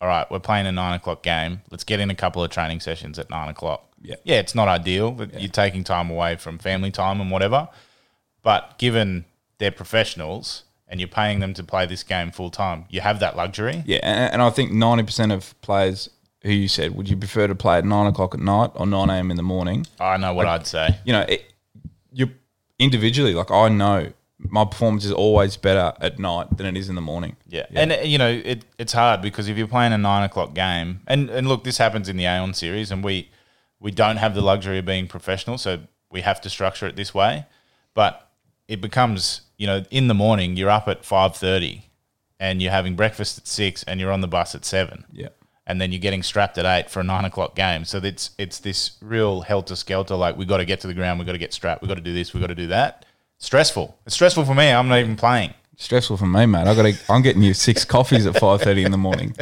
A: all right, we're playing a nine o'clock game. Let's get in a couple of training sessions at nine o'clock.
B: Yeah.
A: Yeah, it's not ideal. But You're taking time away from family time and whatever. But given they're professionals and you're paying them to play this game full time. You have that luxury.
B: Yeah, and, and I think ninety percent of players who you said would you prefer to play at nine o'clock at night or nine a.m. in the morning?
A: I know what I'd say.
B: You know, it, you individually like I know my performance is always better at night than it is in the morning.
A: Yeah. And, uh, you know, it, it's hard because if you're playing a nine o'clock game, and, and look, this happens in the Aon series, and we, we don't have the luxury of being professional, so we have to structure it this way. But it becomes, you know, in the morning, you're up at 5.30 and you're having breakfast at 6 and you're on the bus at 7.
B: Yeah.
A: And then you're getting strapped at 8 for a 9 o'clock game. So it's, it's this real helter-skelter, like, we got to get to the ground, we got to get strapped, we got to do this, we got to do that. Stressful. It's stressful for me. I'm not even playing.
B: Stressful for me, mate. I got. to I'm getting you six coffees at five thirty in the morning.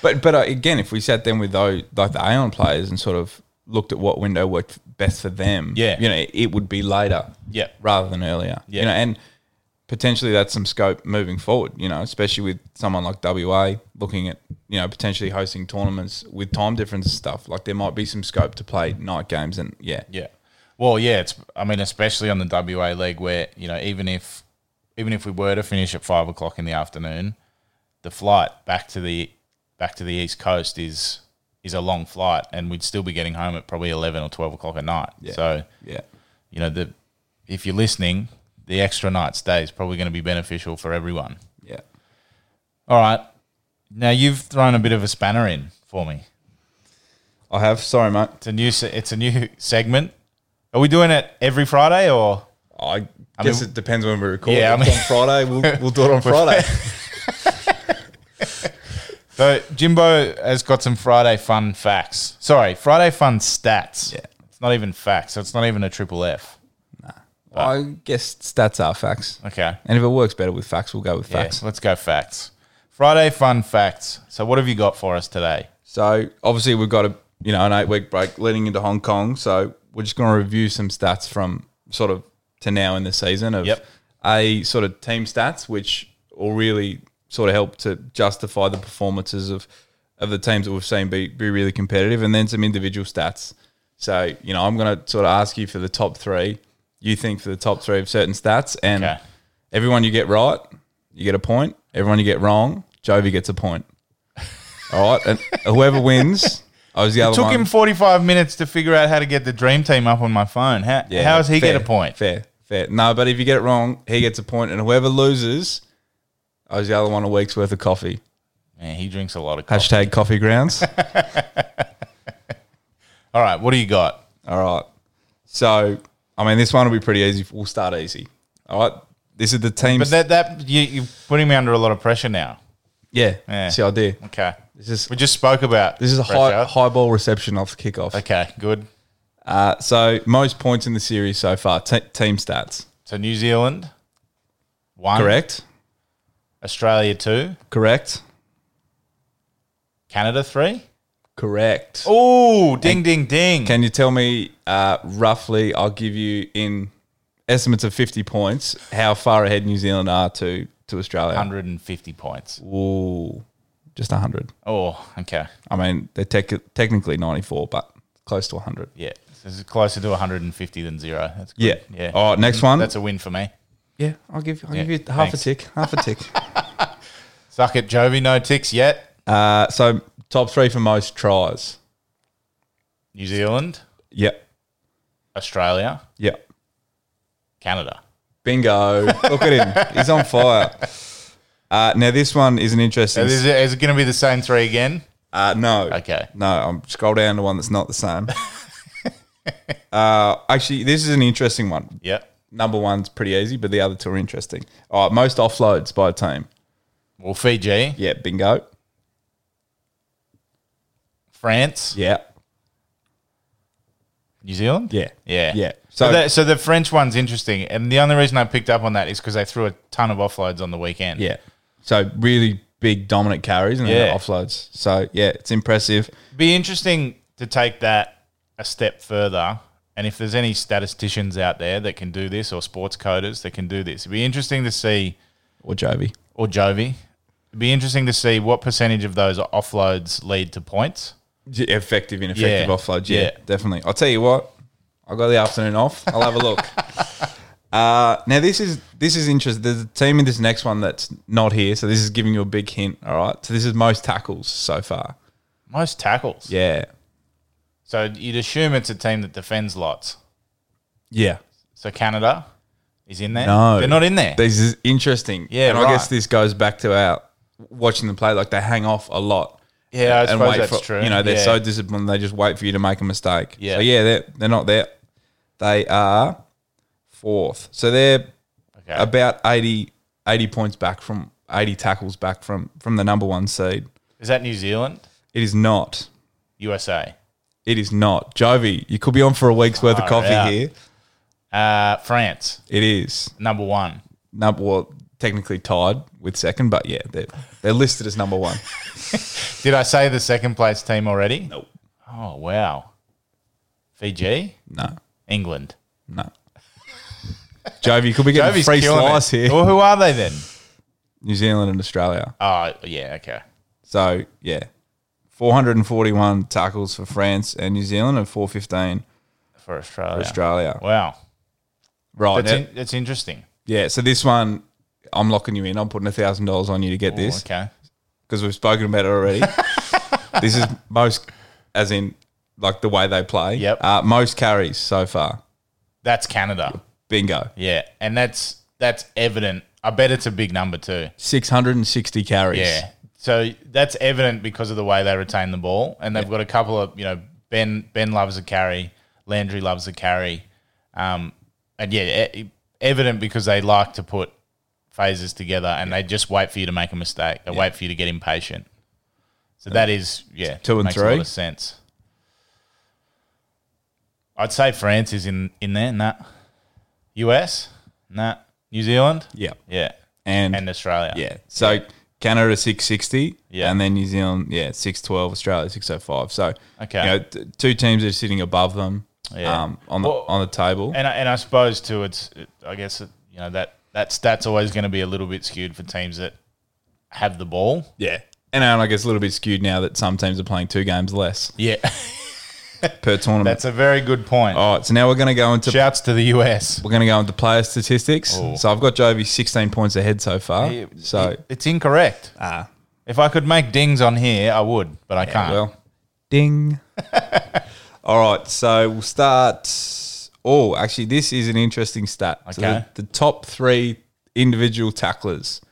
B: But but uh, again, if we sat down with those like the Aon players and sort of looked at what window worked best for them,
A: Yeah.
B: you know, it, it would be later,
A: Yeah.
B: rather than earlier,
A: Yeah.
B: you know, and potentially that's some scope moving forward, you know, especially with someone like WA looking at you know potentially hosting tournaments with time difference and stuff. Like there might be some scope to play night games, and yeah,
A: Yeah. Well, yeah, it's I mean, especially on the WA league where, you know, even if even if we were to finish at five o'clock in the afternoon, the flight back to the back to the east coast is is a long flight and we'd still be getting home at probably eleven or twelve o'clock at night. So,
B: yeah.
A: you know, the if you're listening, the extra night stay is probably going to be beneficial for everyone.
B: Yeah.
A: All right. Now you've thrown a bit of a spanner in for me.
B: I have. Sorry, mate.
A: It's a new se- it's a new segment. Are we doing it every Friday or
B: I guess
A: mean-
B: it depends when we record.
A: Yeah, I
B: Yeah,
A: mean-
B: on Friday. We'll, we'll do it on Friday.
A: So Jimbo has got some Friday fun facts. Sorry, Friday fun stats.
B: Yeah.
A: It's not even facts, so it's not even a triple F.
B: I guess stats are facts.
A: Okay.
B: And if it works better with facts, we'll go with
A: Yeah,
B: facts.
A: let's go facts. Friday fun facts. So what have you got for us today?
B: So obviously we've got a you know an eight week break leading into Hong Kong. So we're just going to review some stats from sort of to now in the season of
A: Yep.
B: a sort of team stats, which will really sort of help to justify the performances of of the teams that we've seen be be really competitive, and then some individual stats. So you know I'm going to sort of ask you for the top three. You think for the top three of certain stats, and
A: Okay.
B: everyone you get right, you get a point. Everyone you get wrong, Jovi gets a point. All right, and whoever wins, I was the other
A: Took
B: one.
A: him 45 minutes to figure out how to get the dream team up on my phone. How,
B: Yeah,
A: how does he
B: fair,
A: get a point?
B: Fair, fair. No, but if you get it wrong, he gets a point, and whoever loses, I was the other one a week's worth of coffee.
A: Man, he drinks a lot of coffee.
B: Hashtag coffee grounds.
A: All right, what do you got?
B: All right. So, I mean, this one will be pretty easy. We'll start easy. All right. This is the team.
A: But that, that you, you're putting me under a lot of pressure now.
B: yeah,
A: Yeah.
B: It's the idea.
A: Okay.
B: This is
A: We just spoke about
B: this is a high,
A: pressure.
B: high ball reception off the kickoff.
A: Okay, good.
B: Uh, so most points in the series so far. Te- team stats.
A: So New Zealand, one.
B: Correct.
A: Australia, two.
B: Correct.
A: Canada three.
B: Correct.
A: Oh, ding, ding, ding.
B: Can you tell me uh, roughly? I'll give you in estimates of fifty points. How far ahead New Zealand are to to Australia?
A: 150 points.
B: Ooh, just hundred.
A: Oh, okay.
B: I mean, they're tec- technically ninety four, but close to hundred.
A: Yeah. This is closer to 150 than zero. That's good.
B: Yeah.
A: Yeah.
B: All right. Next one.
A: That's a win for me.
B: yeah. I'll give. I'll
A: Yeah,
B: give you half
A: thanks.
B: a tick. Half a tick.
A: Suck it, Jovi. No ticks yet.
B: uh, so top three for most tries.
A: New Zealand,
B: Yep.
A: Australia,
B: Yep.
A: Canada.
B: Bingo. Look at him. He's on fire. Uh, now, this one is an interesting.
A: Is it, is it going to be the same three again?
B: uh, no.
A: Okay.
B: No, I'm scroll down to one that's not the same. uh, actually, this is an interesting one.
A: Yep.
B: Number one's pretty easy, but the other two are interesting. All right, most offloads by a team.
A: Well, Fiji,
B: Yeah, bingo.
A: France,
B: Yeah.
A: New Zealand.
B: Yeah.
A: Yeah.
B: Yeah.
A: So,
B: So-
A: that, so the French one's interesting. And the only reason I picked up on that is because they threw a ton of offloads on the weekend.
B: Yeah. So, really big dominant carries and
A: Yeah.
B: then offloads. So, yeah, it's impressive.
A: be interesting to take that a step further. And if there's any statisticians out there that can do this, or sports coders that can do this, it'd be interesting to see,
B: Or Jovi.
A: or Jovi, it'd be interesting to see what percentage of those offloads lead to points.
B: J- Effective, ineffective
A: Yeah.
B: offloads. Yeah,
A: Yeah.
B: definitely. I'll tell you what, I got the afternoon off. I'll have a look. Uh, now this is this is interesting. There's a team in this next one that's not here, so this is giving you a big hint. All right, so this is most tackles so far.
A: Most tackles.
B: Yeah,
A: So you'd assume it's a team that defends lots.
B: yeah.
A: So Canada is in there.
B: No.
A: they're not in there.
B: This is interesting.
A: Yeah,
B: and
A: right.
B: I guess this goes back to our watching them play. Like they hang off a lot.
A: yeah, I
B: and
A: suppose
B: wait
A: that's
B: for,
A: true.
B: You know, they're
A: Yeah.
B: so disciplined, they just wait for you to make a mistake.
A: Yeah.
B: So yeah, they're, they're not there. They are fourth. So they're
A: Okay.
B: about 80, 80 points back from 80 tackles back from from the number one seed.
A: is that New Zealand,
B: It is not.
A: USA,
B: It is not. Jovi, you could be on for a week's worth
A: Far
B: of coffee
A: out.
B: here.
A: uh, France,
B: It is.
A: number one?
B: Number well, technically tied with second, but yeah, they're they're listed as number one.
A: Did I say the second place team already?
B: Nope.
A: Oh wow, Fiji,
B: No.
A: England.
B: No. Jovi, you could be getting
A: Jovi's
B: free
A: killing
B: slice
A: it.
B: here.
A: Well, who are they then?
B: New Zealand and Australia.
A: Oh yeah, okay.
B: So yeah, 441 tackles for France and New Zealand, and 415
A: For Australia.
B: for Australia. Oh,
A: Wow,
B: Right.
A: that's
B: now-
A: in, that's interesting.
B: yeah. So this one, I'm locking you in. I'm putting a thousand dollars on you to get this
A: Oh, okay.
B: because we've spoken about it already. this is most, as in like the way they play.
A: Yep.
B: Uh, most carries so far.
A: That's Canada.
B: Bingo.
A: Yeah, and that's that's evident. I bet it's a big number too.
B: 660 carries.
A: Yeah. So that's evident because of the way they retain the ball, and they've got a couple of you know Ben Ben loves a carry, Landry loves a carry, um, and yeah, e- evident because they like to put phases together, and they just wait for you to make a mistake. They wait for you to get impatient. So that is yeah,
B: Two and
A: makes a
B: three?
A: lot of sense. I'd say France is in in there. Nah, US, nah, New Zealand,
B: Yeah.
A: yeah,
B: And,
A: and Australia,
B: yeah. So Canada 660.
A: Yeah.
B: And then New Zealand, yeah, 612. Australia 605. So,
A: Okay.
B: you know, t- two teams that are sitting above them
A: Yeah.
B: um, on, the,
A: Well-
B: on the table.
A: And I, and I suppose too, it's it, I guess it, you know that that stat's always going to be a little bit skewed for teams that have the ball.
B: yeah. And I guess a little bit skewed now that some teams are playing two games less
A: Yeah,
B: per tournament.
A: that's a very good point.
B: All right, so now we're going to go into
A: Shouts to the US.
B: we're going to go into player statistics.
A: Oh.
B: So I've got Jovi 16 points ahead so far. so
A: It- it's incorrect.
B: ah,
A: If I could make dings on here, I would, but I can't.
B: well, ding. All right, so we'll start. Oh, actually, this is an interesting stat. So
A: Okay.
B: the, the top three individual tacklers.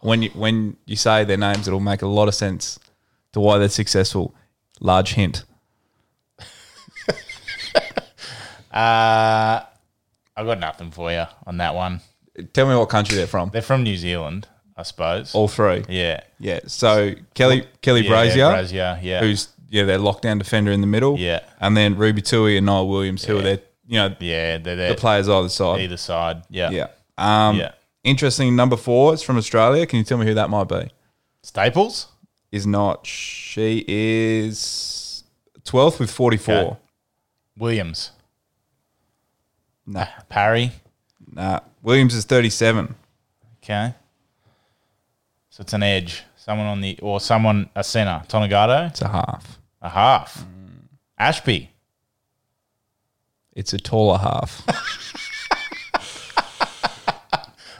B: When you when you say their names, it'll make a lot of sense to why they're successful. Large hint.
A: uh, I got nothing for you on that one.
B: Tell me what country they're from.
A: They're from New Zealand, I suppose.
B: All three.
A: yeah,
B: Yeah. So Kelly Kelly
A: yeah,
B: Brazier.
A: Brazier, yeah,
B: who's yeah their lockdown defender in the middle.
A: Yeah.
B: and then Ruby Tui and Niall Williams, who are their you know
A: yeah, they're,
B: the
A: there
B: players either side.
A: either side. Yeah,
B: Yeah. Um,
A: Yeah.
B: Interesting number four. It's from Australia. Can you tell me who that might be?
A: Staples.
B: Is not she is twelfth with forty four.
A: Okay. Williams.
B: Nah.
A: Parry.
B: Nah. Williams is thirty seven.
A: Okay. So it's an edge. Someone on the or someone a center. Tonegado.
B: It's a half.
A: A half.
B: Mm.
A: Ashby.
B: It's a taller half.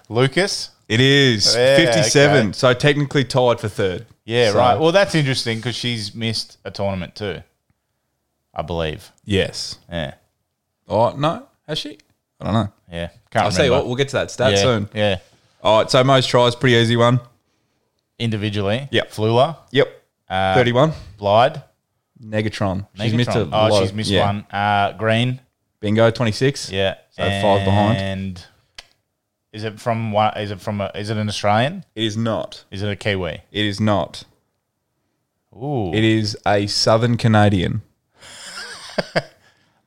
A: Lucas.
B: it is
A: Yeah,
B: fifty seven. So technically tied for third.
A: Yeah,
B: So-
A: right. Well, that's interesting because she's missed a tournament too, I believe.
B: Yes.
A: Yeah,
B: Oh no. Has she? I don't know.
A: yeah. Can't
B: I'll
A: remember.
B: tell you what. We'll get to that stat
A: yeah,
B: soon.
A: Yeah.
B: All right, so most tries, pretty easy one.
A: Individually.
B: Yep.
A: Flula.
B: Yep.
A: Uh,
B: 31.
A: Blyde.
B: Negatron. She's
A: Megatron.
B: missed a
A: Oh,
B: lot.
A: she's missed
B: Yeah.
A: one. Uh, Green.
B: Bingo, 26.
A: Yeah.
B: So five behind.
A: And is it from one? Is it from a? Is it an Australian?
B: It is not.
A: Is it a Kiwi?
B: It is not.
A: Ooh.
B: It is a Southern Canadian.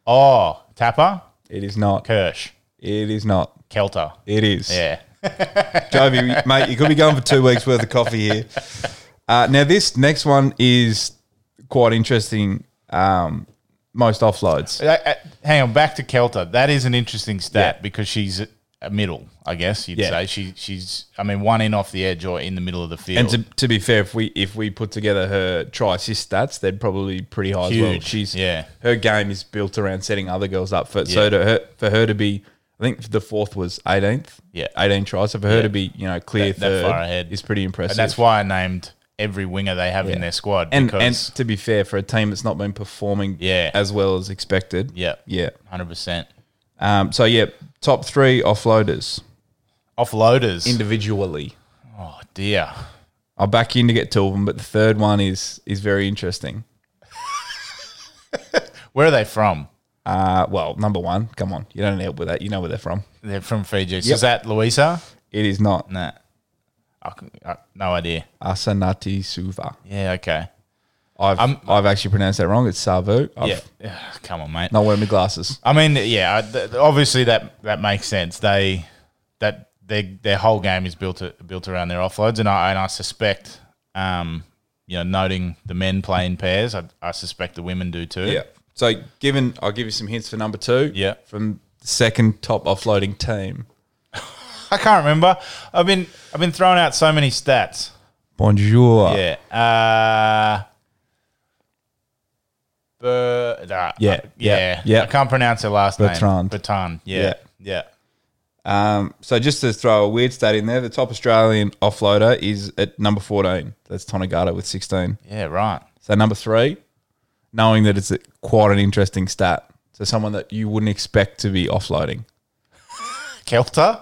A: Oh, Tapper,
B: It is not.
A: Kirsch,
B: It is not.
A: Kelter.
B: It is.
A: Yeah.
B: Jovi, mate, you could be going for two weeks worth of coffee here. Uh, now, this next one is quite interesting. Um, most offloads.
A: Uh, uh, Hang on, back to Kelter. That is an interesting stat because she's a middle, I guess you'd
B: Yeah.
A: say. She, she's, I mean, one in off the edge or in the middle of the field.
B: And to, to be fair, if we if we put together her try assist stats, they'd probably be pretty high as well.
A: Huge.
B: She's
A: Yeah.
B: her game is built around setting other girls up for
A: Yeah.
B: so to her, for her to be I think the fourth was 18th.
A: Yeah.
B: 18 tries. So for her to be, you know, clear
A: That- that
B: third
A: far ahead.
B: is pretty impressive.
A: And that's why I named every winger they have in their squad.
B: and, and
A: because,
B: to be fair, for a team that's not been performing
A: Yeah.
B: as well as expected.
A: yeah,
B: Yeah.
A: 100%.
B: Um, so, yeah, top three offloaders
A: Offloaders.
B: individually.
A: oh, dear.
B: I'll back in to get two of them, but the third one is is very interesting.
A: Where are they from?
B: Uh, well, number one, come on, you don't need help with that. You know where they're from.
A: They're from Fiji. So is that Luisa?
B: It is not
A: Nah. I, can- I, no idea.
B: Asanati Suva.
A: Yeah, okay.
B: I've
A: I'm-
B: I've actually pronounced that wrong. It's Savu. I've
A: Yeah. Ugh, Come on, mate.
B: Not wearing my glasses.
A: I mean, yeah, I- th- obviously that that makes sense. They that their their whole game is built a, built around their offloads, and I and I suspect, um, you know, noting the men play in pairs, I, I suspect the women do too.
B: Yeah. So given, I'll give you some hints for number two.
A: Yeah.
B: From the second top offloading team.
A: I can't remember. I've been I've been throwing out so many stats.
B: Bonjour.
A: Yeah. Uh, Ber- nah,
B: Yeah,
A: uh,
B: yeah,
A: yeah,
B: yeah.
A: I can't pronounce her last
B: Bertrand.
A: name. Bertrand. Yeah, yeah.
B: Yeah. Um, so just to throw a weird stat in there, the top Australian offloader is at number fourteen. That's Tonegata with sixteen.
A: Yeah, right.
B: So number three, knowing that it's a, quite an interesting stat. So someone that you wouldn't expect to be offloading.
A: Kelter.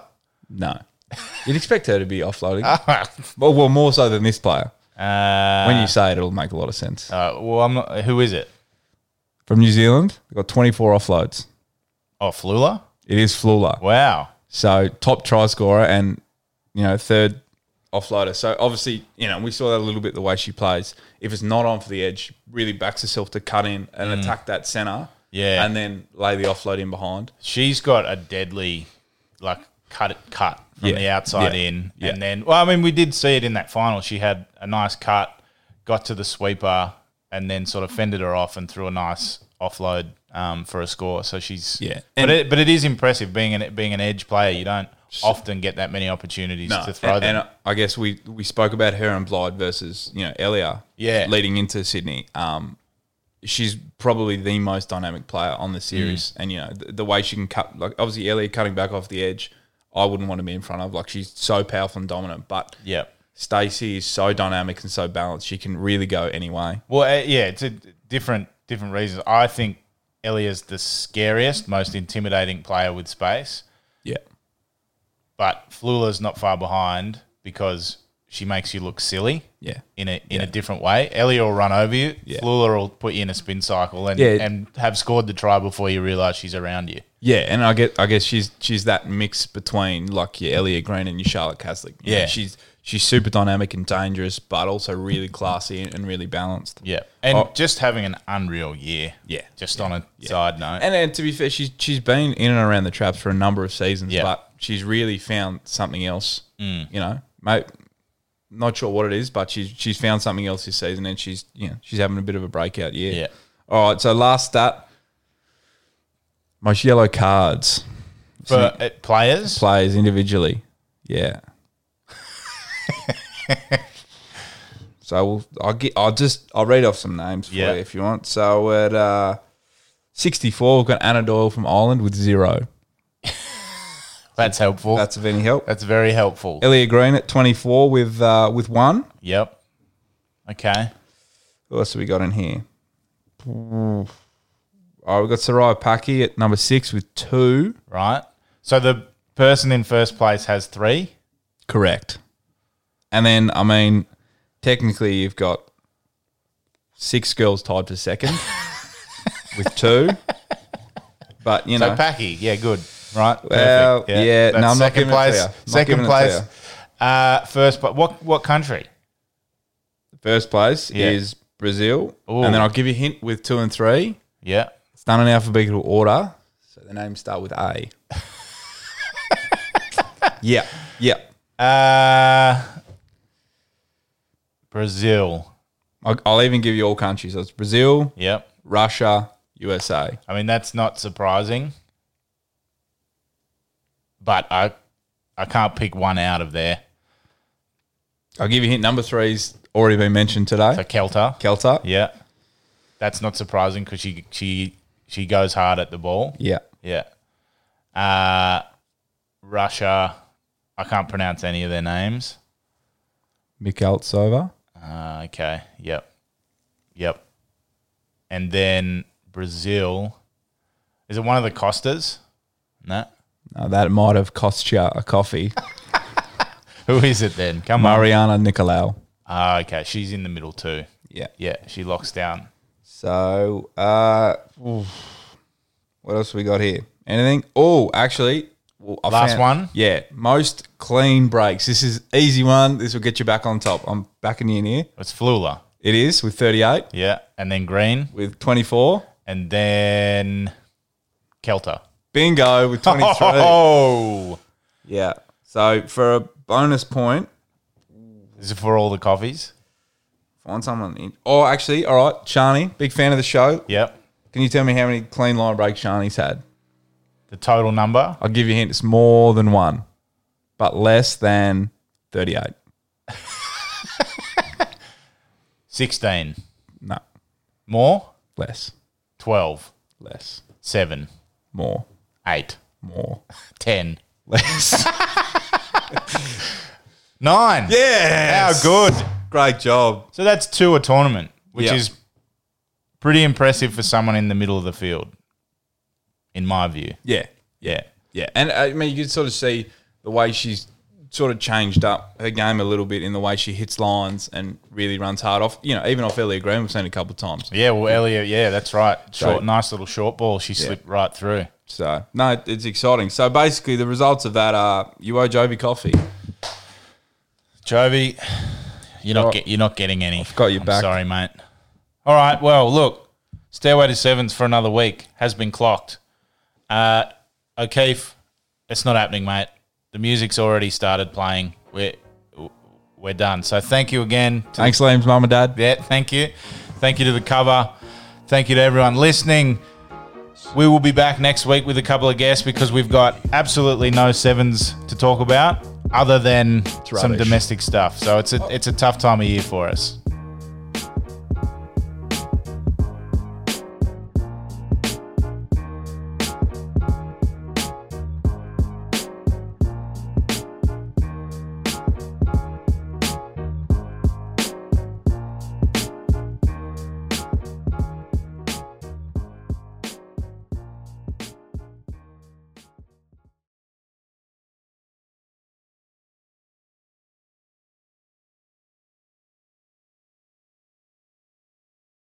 B: No, you'd expect her to be offloading.
A: uh,
B: well, well, more so than this player. When you say it, it'll make a lot of sense.
A: Uh, well, I'm not, who is it?
B: From New Zealand, we've got 24 offloads.
A: Oh, Flula.
B: It is Flula.
A: Wow.
B: So top try scorer and, you know, third offloader. So obviously, you know, we saw that a little bit the way she plays. If it's not on for the edge, she really backs herself to cut in and attack that center.
A: Yeah.
B: And then lay the offload in behind.
A: She's got a deadly, like, cut it cut from
B: Yeah.
A: the outside
B: Yeah.
A: in.
B: Yeah.
A: And then, well, I mean, we did see it in that final. She had a nice cut, got to the sweeper, and then sort of fended her off and threw a nice offload um, for a score. So she's.
B: Yeah.
A: But
B: And-
A: it, but it is impressive being an, being an edge player. You don't often get that many opportunities
B: No,
A: to throw
B: and,
A: them.
B: and I guess we we spoke about her and Blyde versus you know Elia.
A: Yeah.
B: leading into Sydney, um, she's probably the most dynamic player on the
A: Mm.
B: series, and you know the, the way she can cut like obviously Elia cutting back off the edge. I wouldn't want to be in front of like she's so powerful and dominant, but
A: yeah.
B: Stacey is so dynamic and so balanced. She can really go any way.
A: Well, uh, yeah, it's a d- different different reasons. I think Elia's the scariest, most intimidating player with space.
B: Yeah,
A: but Flula's not far behind because she makes you look silly
B: yeah,
A: in a in a different way. Ellie will run over you.
B: Yeah.
A: Flula will put you in a spin cycle and
B: Yeah.
A: and have scored the try before you realise she's around you.
B: yeah. And I get I guess she's she's that mix between like your Elia Green and your Charlotte Caslick. You know,
A: Yeah.
B: she's. She's super dynamic and dangerous, but also really classy and really balanced.
A: Yeah, and
B: Oh.
A: just having an unreal year.
B: Yeah.
A: just on a side note.
B: And, and to be fair, she's she's been in and around the traps for a number of seasons,
A: Yeah. Mm.
B: but she's really found something else. You know, mate, not sure what it is, but she's she's found something else this season, and she's you know she's having a bit of a breakout year.
A: Yeah.
B: All right. So last stat, most yellow cards
A: For uh, players,
B: players individually. Yeah. so we'll, I'll get. I'll just. I'll read off some names for
A: Yeah.
B: you if you want. So at uh, sixty-four, we've got Anna Doyle from Ireland with zero.
A: that's helpful. That's,
B: That's of any help.
A: very helpful.
B: Elliot Green at twenty-four with uh, with one.
A: Yep. Okay.
B: Who else have we got in here? Oh, we've got Soraya Paki at number six with two.
A: Right. So the person in first place has three.
B: Correct. And then, I mean, technically, you've got six girls tied for second with two. But you
A: So
B: know,
A: Packy, yeah, good, right?
B: Well,
A: Perfect.
B: yeah,
A: That's
B: no, I'm not
A: second
B: giving it to
A: place.
B: you. I'm not
A: second
B: giving it to
A: place. Uh, first, but what what country?
B: first place
A: Yeah.
B: is Brazil,
A: Ooh.
B: and then I'll give you a hint with two and three.
A: Yeah,
B: It's done in alphabetical order, so the names start with A. yeah, yeah.
A: uh, Brazil.
B: I'll, I'll even give you all countries. So it's Brazil,
A: Yep.
B: Russia, USA.
A: I mean that's not surprising, but I I can't pick one out of there.
B: I'll give you a hint. Number three's already been mentioned today.
A: So Kelter.
B: Kelta.
A: Yeah, that's not surprising because she she she goes hard at the ball.
B: Yeah.
A: Yeah. uh, Russia. I can't pronounce any of their names.
B: Mikaltsova.
A: Uh, okay. Yep. Yep. And then Brazil. Is it one of the Costas? No.
B: Now that might have cost you a coffee.
A: Who is it then? Come on.
B: Mariana Nicolau.
A: Ah, okay. She's in the middle too.
B: Yeah.
A: Yeah. She locks down.
B: So, uh, oof. what else we got here? Anything? Oh, actually, well, I
A: Last one?
B: Yeah, most clean breaks. This is easy one. This will get you back on top. I'm backing you in here.
A: It's Flula.
B: It is with 38,
A: Yeah. And then Green.
B: with 24.
A: And then Kelter.
B: Bingo with 23.
A: Oh.
B: Yeah. So for a bonus point,
A: Is it for all the coffees?
B: find someone. In- oh, actually, all right, Shani, big fan of the show.
A: Yep.
B: Can you tell me how many clean line breaks Shani's had?
A: The total number?
B: I'll give you a hint. It's more than one, but less than 38.
A: 16.
B: No,
A: More?
B: less,
A: 12.
B: less,
A: 7.
B: more,
A: 8.
B: more,
A: 10.
B: less.
A: 9.
B: yeah.
A: How good.
B: Great job.
A: So that's two a tournament, which
B: Yeah.
A: is pretty impressive for someone in the middle of the field, in my view.
B: Yeah.
A: Yeah.
B: Yeah. And uh, I mean, you could sort of see the way she's sort of changed up her game a little bit in the way she hits lines and really runs hard off, you know, even off Ellie Green, we've seen it a couple of times.
A: Yeah, well, Elliot, yeah, that's right. Short,
B: So-
A: nice little short ball. She slipped right through.
B: So, no, it's exciting. So basically, the results of that are you owe Jovi coffee.
A: Jovi, you're not
B: Right.
A: get, you're not getting any. I've
B: got your back.
A: Sorry, mate. All right. Well, look, Stairway to Sevens for another week has been clocked. Uh, O'Keefe, it's not happening, mate. The music's already started playing. We're we're done. So thank you again. To
B: Thanks, Liam's mum and dad.
A: yeah, thank you. Thank you to the cover. Thank you to everyone listening. We will be back next week with a couple of guests because we've got absolutely no sevens to talk about other than some
B: rubbish.
A: domestic stuff. So it's a it's a tough time of year for us.